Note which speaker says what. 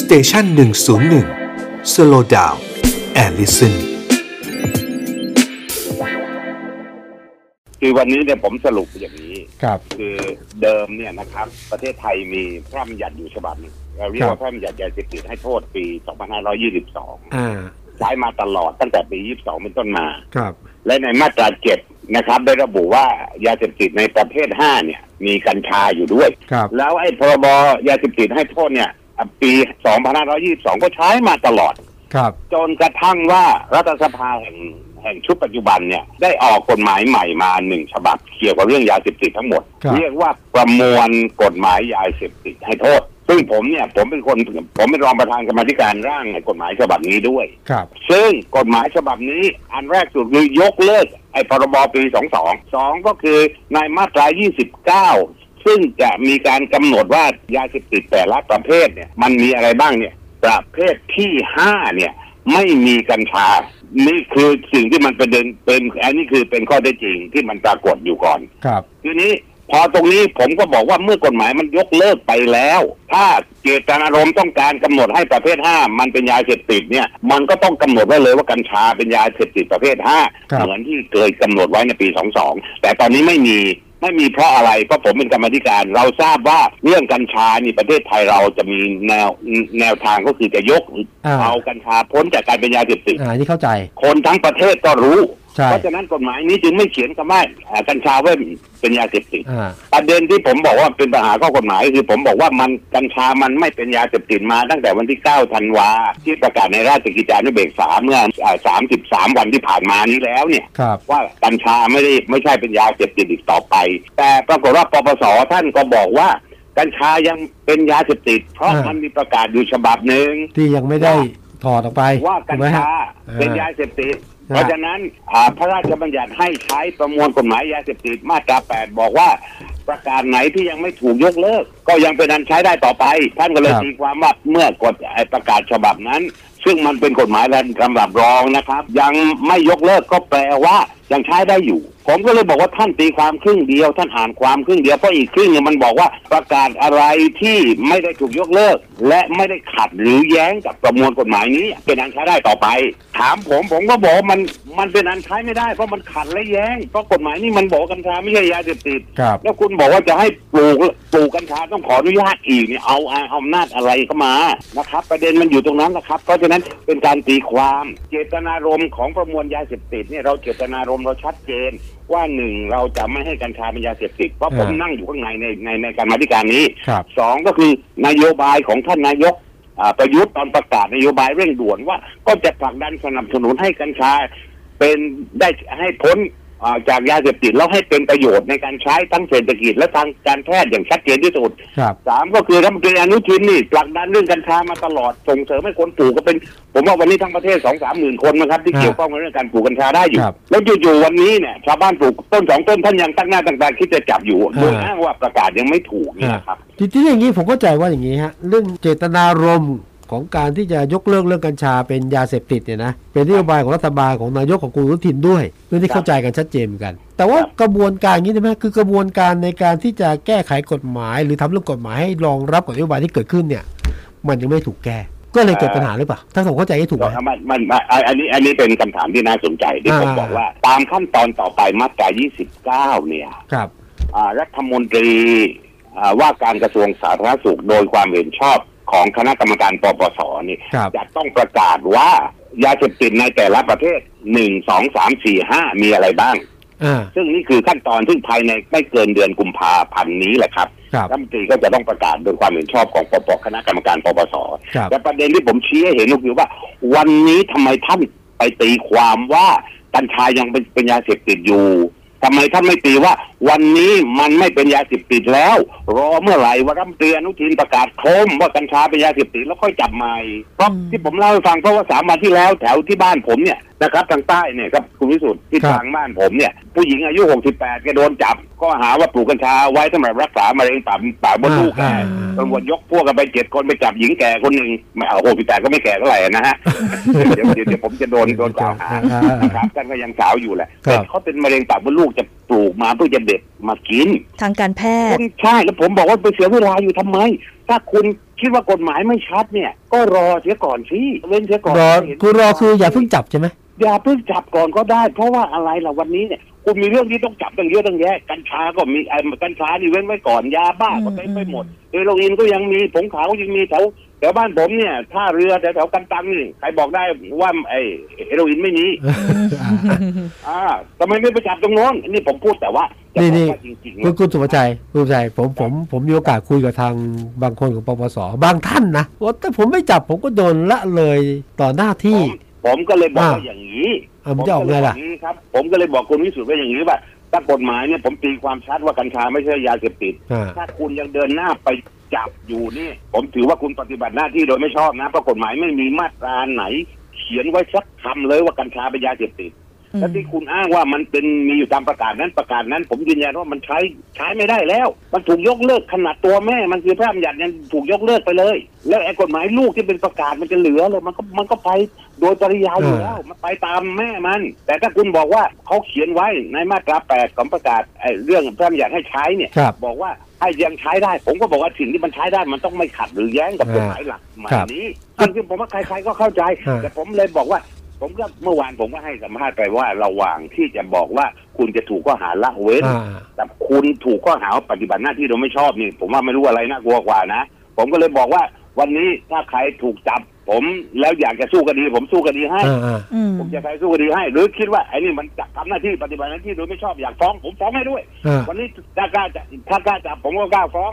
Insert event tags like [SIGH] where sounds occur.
Speaker 1: สเตชันหนึ่งศูนย์หนึ่งสโลดาวแอลลิสัน
Speaker 2: คือวันนี้เนี่ยผมสรุปอย่างนี้
Speaker 3: ครับ
Speaker 2: คือเดิมเนี่ยนะครับ ประเทศไทยมีพระราชบัญญัติอยู่ฉบับหนึงเราเรียกว่าพระราชบัญญัติยาเสพติดให้โทษปี 2522
Speaker 3: อ่า
Speaker 2: ใช้มาตลอดตั้งแต่ปี 22 เป็นต้นมา
Speaker 3: ครับ
Speaker 2: และในมาตราเจ็ดนะครับ ได้ระบุว่ายาเสพติดในประเภท5เนี่ย มีกัญชาอยู่ด้วย
Speaker 3: ครับ
Speaker 2: แล้วไอ้พรบยาเสพติดให้โทษเนี่ยอ่ะปี 2522 ก็ใช้มาตลอด
Speaker 3: ครับ
Speaker 2: จนกระทั่งว่ารัฐสภาแห่งแห่งชุดปัจจุบันเนี่ยได้ออกกฎหมายใหม่มาหนึ่งฉบับ เกี่ยวกับเรื่องยาเสพติดทั้งหมด
Speaker 3: ครับ
Speaker 2: เรียกว่าประมวลกฎหมายยาเสพติดให้โทษ ซึ่งผมเนี่ยผมเป็นคนผมเป็นรองประธานกรรมาธิการร่างกฎหมายฉบับนี้ด้วย
Speaker 3: ครับ
Speaker 2: ซึ่งกฎหมายฉบับนี้อันแรกสุดคือยกเลิกไอ้พรบปี 22 สองก็คือในมาตรา 29 ซึ่งจะมีการกำหนดว่ายาเสพติดแต่ละประเภทเนี่ยมันมีอะไรบ้างเนี่ย ประเภทที่ 5 เนี่ย ไม่มีกัญชา นี่คือสิ่งที่มันเป็นเด็นเป็นอันนี้คือเป็นข้อเท็จจริงที่มันปรากฏอยู่ก่อน
Speaker 3: ครับ
Speaker 2: ทีนี้พอตรงนี้ผมก็บอกว่าเมื่อกฎหมายมันยกเลิกไปแล้ว ถ้าเจตนารมณ์ต้องการกำหนดให้ประเภท 5 มันเป็นยาเสพติดเนี่ย มันก็ต้องกำหนดไว้เลยว่ากัญชาเป็นยาเสพติดประเภท
Speaker 3: ครั
Speaker 2: 5
Speaker 3: บ
Speaker 2: เหมือนที่เคยกำหนดไว้ในปี 22 แต่ตอนนี้ไม่มีไม่มีเพราะอะไร เพราะผมเป็นกรรมาธิการ เราทราบว่าเรื่องกัญชานี่ประเทศไทยเราจะมีแนวแนวทางก็คือจะยก
Speaker 3: อ่า
Speaker 2: เอากัญชาพ้นจากการเป็นยาเสพติด
Speaker 3: อ่านี่เข้าใจ
Speaker 2: คนทั้งประเทศก็รู้
Speaker 3: ใช่
Speaker 2: เพราะฉะนั้นกฎหมายนี้จึงไม่เขียนคำว่าอ่ากัญชาไว้เป็นยาเสพติด
Speaker 3: อ่า
Speaker 2: ประเด็นที่ผมบอกว่าเป็นปัญหาข้อกฎหมายคือผมบอกว่ามันกัญชามันไม่เป็นยาเสพติดมาตั้งแต่วันที่ 9 ธันวาที่ประกาศในราชกิจจานุเบกษาเมื่อเอ่อ33 วันที่ผ่านมานี้แล้วเนี่ย
Speaker 3: ครับ
Speaker 2: ว่ากัญชาไม่ได้ไม่ใช่เป็นยาเสพติดอีกต่อไป แต่ปรากฏว่าปปสท่านก็บอกว่า กัญชายังเป็นยาเสพติด เพราะ
Speaker 3: อ่ามั
Speaker 2: มันมีประกาศอยู่ฉบับหนึ่ง
Speaker 3: ที่ยังไม่ได้ถอดออกไป
Speaker 2: ว่ากั
Speaker 3: ถู
Speaker 2: ญ
Speaker 3: กไหมฮะ
Speaker 2: ชาเป็นยาเสพติดเพ
Speaker 3: อ่า
Speaker 2: ราะฉะนั้นอ่าพระราชบัญญัติให้ใช้ประมวลกฎหมายยาเสพติดมาตรา 8 บอกว่า ประการไหนที่ยังไม่ถูกยกเลิก ก็ยังเป็นอันใช้ได้ต่อไป ท่านก็เลยตีความว่าเมื่อกฎไอ้ประกาศฉบับนั้น ซึ่งมันเป็นกฎหมายระดับรองนะครับ ยังไม่ยกเลิกก็แปลว่ายังใช้ได้อยู่ ผมก็เลยบอกว่าท่านตีความครึ่งเดียว ท่านอ่านความครึ่งเดียวเพราะอีกครึ่งเนี่ยมันบอกว่าประกาศอะไรที่ไม่ได้ถูกยกเลิก และไม่ได้ขัดหรือแย้งกับประมวลกฎหมายนี้ เป็นอันใช้ได้ต่อไป ถามผมผมก็บอกว่ามันมันเป็นอันใช้ไม่ได้เพราะมันขัดและแย้งเพราะกฎหมายนี้มันบอกกัญชาไม่ใช่ยาเสพติด
Speaker 3: ครับ
Speaker 2: แล้วคุณบอกว่าจะให้ปลูกปลูกกัญชาต้องขออนุญาตอีกเนี่ยเอาเอาอำนาจอะไรเข้ามานะครับ ประเด็นมันอยู่ตรงนั้นนะครับ เพราะฉะนั้นเป็นการตีความเจตนารมณ์ของประมวลยาเสพติดเนี่ยเราเจตนารมณ์เราชัดเจน ว่าหนึ่งเราจะไม่ให้กัญชาเป็นยาเสพติดเพราะผม
Speaker 3: อ่านั่
Speaker 2: นั่งอยู่ข้างในในในในการมาธิการนี้
Speaker 3: ครับ
Speaker 2: สองก็คือนโยบายของท่านนายกอ่าประยุทธ์ตอนประกาศนโยบายเร่งด่วนว่าก็จะผลักดันสนับสนุนให้กัญชา เป็นได้ให้พ้นอ่าจากยาเสพติดแล้วให้เป็นประโยชน์ในการใช้ทั้งเศรษฐกิจและทางการแพทย์อย่างชัดเจนที่สุด
Speaker 3: ครับ
Speaker 2: สามก็คือรัฐมนตรีอนุทินนี่ผลักดันเรื่องกัญชามาตลอดส่งเสริมให้คนปลูกก็เป็น ผมว่าวันนี้ทั้งประเทศสองสามหมื่นคนนะครับ ที่
Speaker 3: ครับ
Speaker 2: เกี่ยวข้องกับเรื่องการปลูกกัญชาได้อยู่
Speaker 3: ครับ
Speaker 2: แล้วอยู่ๆวันนี้เนี่ยชาวบ้านปลูกต้นสองต้นท่านยังตั้งหน้าตั้งตาคิดจะจับอยู่โดย
Speaker 3: อ่า
Speaker 2: อ้างว่าประกาศยังไม่ถูกเนี่ยนะครับ
Speaker 3: ทีที่อย่างนี้ผมเข้าใจว่าอย่างนี้ฮะเรื่องเจตนารมณ์ของการที่จะยกเลิกเรื่องกัญชาเป็นยาเสพติดเนี่ยนะเป็นนโยบายของรัฐบาลของนายกของกรุงรุทินด้วยเรื่องที่เข้าใจกันชัดเจนเหมือนกัน แต่ว่า
Speaker 2: ครับ
Speaker 3: กระบวนการอย่างนี้ใช่ไหมคือกระบวนการในการที่จะแก้ไขกฎหมาย หรือทำเรื่องกฎหมายให้รองรับกับนโยบายที่เกิดขึ้นเนี่ย มันยังไม่ถูกแก้ก็เลยเกิดปัญหาหรือเปล่าถ้าผมเข้าใจให้ถูกไหม
Speaker 2: มันมันมันอ่ะอันนี้อันนี้เป็นคำถามที่น่าสนใจที่ผม
Speaker 3: อ่า
Speaker 2: บอกว่า ตามขั้นตอนต่อไปมาตรา29เนี่ย
Speaker 3: ครับ
Speaker 2: อ่ารัฐมนตรีอ่าว่าการกระทรวงสาธารณสุขโดยความเห็นชอบของคณะกรรมการปปสนี่
Speaker 3: ครับ
Speaker 2: จะต้องประกาศว่ายาเสพติดในแต่ละประเภทหนึ่งสองสามสี่ห้ามีอะไรบ้าง
Speaker 3: อ่า
Speaker 2: ซึ่งนี่คือขั้นตอนซึ่งภายในไม่เกินเดือนกุมภาพันธ์นี้แหละครับ
Speaker 3: ครับ
Speaker 2: รัฐมนตรีก็จะต้องประกาศโดยความเห็นชอบของปปคณะกรรมการปปส
Speaker 3: ครับ
Speaker 2: แต่ประเด็นที่ผมชี้ให้เห็นก็คือว่า วันนี้ทำไมท่านไปตีความว่ากัญชายังเป็นเป็นยาเสพติดอยู่ทำไมท่านไม่ตีว่า วันนี้มันไม่เป็นยาเสพติดแล้ว รอเมื่อไหร่ว่ารัฐมนตรีอนุทินประกาศโคมว่ากัญชาเป็นยาเสพติดแล้วค่อยจับใหม่ ที่ผมเล่าให้ฟังเพราะว่าสามวันที่แล้วแถวที่บ้านผมเนี่ยนะครับทางใต้เนี่ยครับคุณวิสุทธิ์ที่ทางบ้านผมเนี่ย ผู้หญิงอายุ 68แกโดนจับ ก็หาว่าปลูกกัญชาไว้สำหรับรักษามะเร็งปากปากมดลูกแก
Speaker 3: อ่า
Speaker 2: ตำรวจยกพวกกันไปเจ็ดคนไปจับหญิงแก่คนหนึ่งไม่เอาหกสิบแปดก็ไม่แก่เท่าไหร่นะฮะ เดี๋ยวเดี๋ยวเดี๋ยวผมจะโดนโดนกล่าวหา
Speaker 3: อ่
Speaker 2: นะครับท่านก็ยังสาวอยู่แหละ
Speaker 3: ครับ
Speaker 2: แต่เขาเป็นมะเร็งปากมดลูกจะปลูกมาเพื่อจะเด็ดมากิน
Speaker 4: ทางการแพทย์
Speaker 2: ใช่แล้วผมบอกว่าไปเสียเวลาอยู่ทำไม ถ้าคุณคิดว่ากฎหมายไม่ชัดเนี่ย ก็รอเสียก่อนสิเว้นเสียก่อน
Speaker 3: รอ
Speaker 2: ให้เห็น
Speaker 3: คือรอคืออย่าเพิ่งจับใช่ไหม
Speaker 2: อย่าเพิ่งจับก่อนก็ได้ เพราะว่าอะไรล่ะวันนี้เนี่ยคุณมีเรื่องที่ต้องจับตั้งเยอะตั้งแยะกัญชาก็มีไอ้กัญชานี่เว้นไว้ก่อนยาบ้าก็เต็มไปหมดเฮโรอีนก็ยังมีผงขาวก็ยังมีแถวแถวบ้านผมเนี่ยท่าเรือแถวแถวกันตังนี่ใครบอกได้ว่าไอ้เฮโรอีนไม่
Speaker 3: [LAUGHS]
Speaker 2: มีอ่าทำไมไม่ไปจับตรงโน้นนี่ผมพูดแต่ว่าจะบอ
Speaker 3: นี่นี่
Speaker 2: กว่าจริงๆ
Speaker 3: คุ
Speaker 2: เนี่
Speaker 3: ณ
Speaker 2: ย
Speaker 3: คุณสุภาชัยคุณสุภาชัยผมผมผมมีโอกาสคุยกับทางบางคนของปปสบางท่านนะว่าถ้าผมไม่จับผมก็โดนละเลยต่อหน้า
Speaker 2: ผ
Speaker 3: ที่
Speaker 2: มผมก็เลยบอกว่า
Speaker 3: อ่า
Speaker 2: อย่างนี้
Speaker 3: อ่ามันจะออกไงล่ะ
Speaker 2: ผมก็เยบกย่างนี้ครับผมก็เลยบอกคุณวิสุทธ์ว่าอย่างนี้ว่าถ้ากฎหมายเนี่ยผมตีความชัดว่ากัญชาไม่ใช่ยาเสพติด
Speaker 3: อ่า
Speaker 2: ถ้าคุณยังเดินหน้าไปจับอยู่นี่ ผมถือว่าคุณปฏิบัติหน้าที่โดยไม่ชอบนะเพราะกฎหมายไม่มีมาตราไหน เขียนไว้สักคำเลยว่ากัญชาเป็นยาเสพติด
Speaker 4: อืม
Speaker 2: และที่คุณอ้างว่ามันเป็นมีอยู่ตามประกาศนั้นประกาศนั้น ผมยืนยันว่ามันใช้ใช้ไม่ได้แล้ว มันถูกยกเลิกขนาดตัวแม่ มันคือพระบัญญัติยังถูกยกเลิกไปเลย แล้วไอ้กฎหมายลูกที่เป็นประกาศมันจะเหลือเลยมันก็มันก็ไปโดยปริยายอยู่แล้วมันไปตามแม่มัน แต่ถ้าคุณบอกว่าเขาเขียนไว้ในมาตราแปดของประกาศไอ้เรื่องพระบัญญัติให้ใช้เนี่ย
Speaker 3: ครับ
Speaker 2: บอกว่าให้ยังใช้ได้ ผมก็บอกว่าสิ่งที่มันใช้ได้มันต้องไม่ขัดหรือแย้งกับกฎหมายหลักหมายนี้ซึ่งซึ่งผมว่าใครๆก็เข้าใจ
Speaker 3: อ่า
Speaker 2: แต่ผมเลยบอกว่า ผมก็เมื่อวานผมก็ให้สัมภาษณ์ไปว่าระหว่างที่จะบอกว่าคุณจะถูกข้อหาละเว้น
Speaker 3: อ่า
Speaker 2: กับคุณถูกข้อหาว่าปฏิบัติหน้าที่โดยไม่ชอบนี่ ผมว่าไม่รู้อะไรน่ากลัวกว่านะ ผมก็เลยบอกว่าวันนี้ถ้าใครถูกจับ ผมแล้วอยากจะสู้คดี ผมสู้คดีให้
Speaker 3: อ่าอ่า
Speaker 4: อืม
Speaker 2: ผมจะใครสู้คดีให้ หรือคิดว่าไอ้นี่มันจะทำหน้าที่ปฏิบัติหน้าที่โดยไม่ชอบอยากฟ้องผมฟ้องให้ด้วย
Speaker 3: อ่า
Speaker 2: วันนี้ถ้ากล้าจะถ้ากล้าจับผมก็กล้าฟ้อง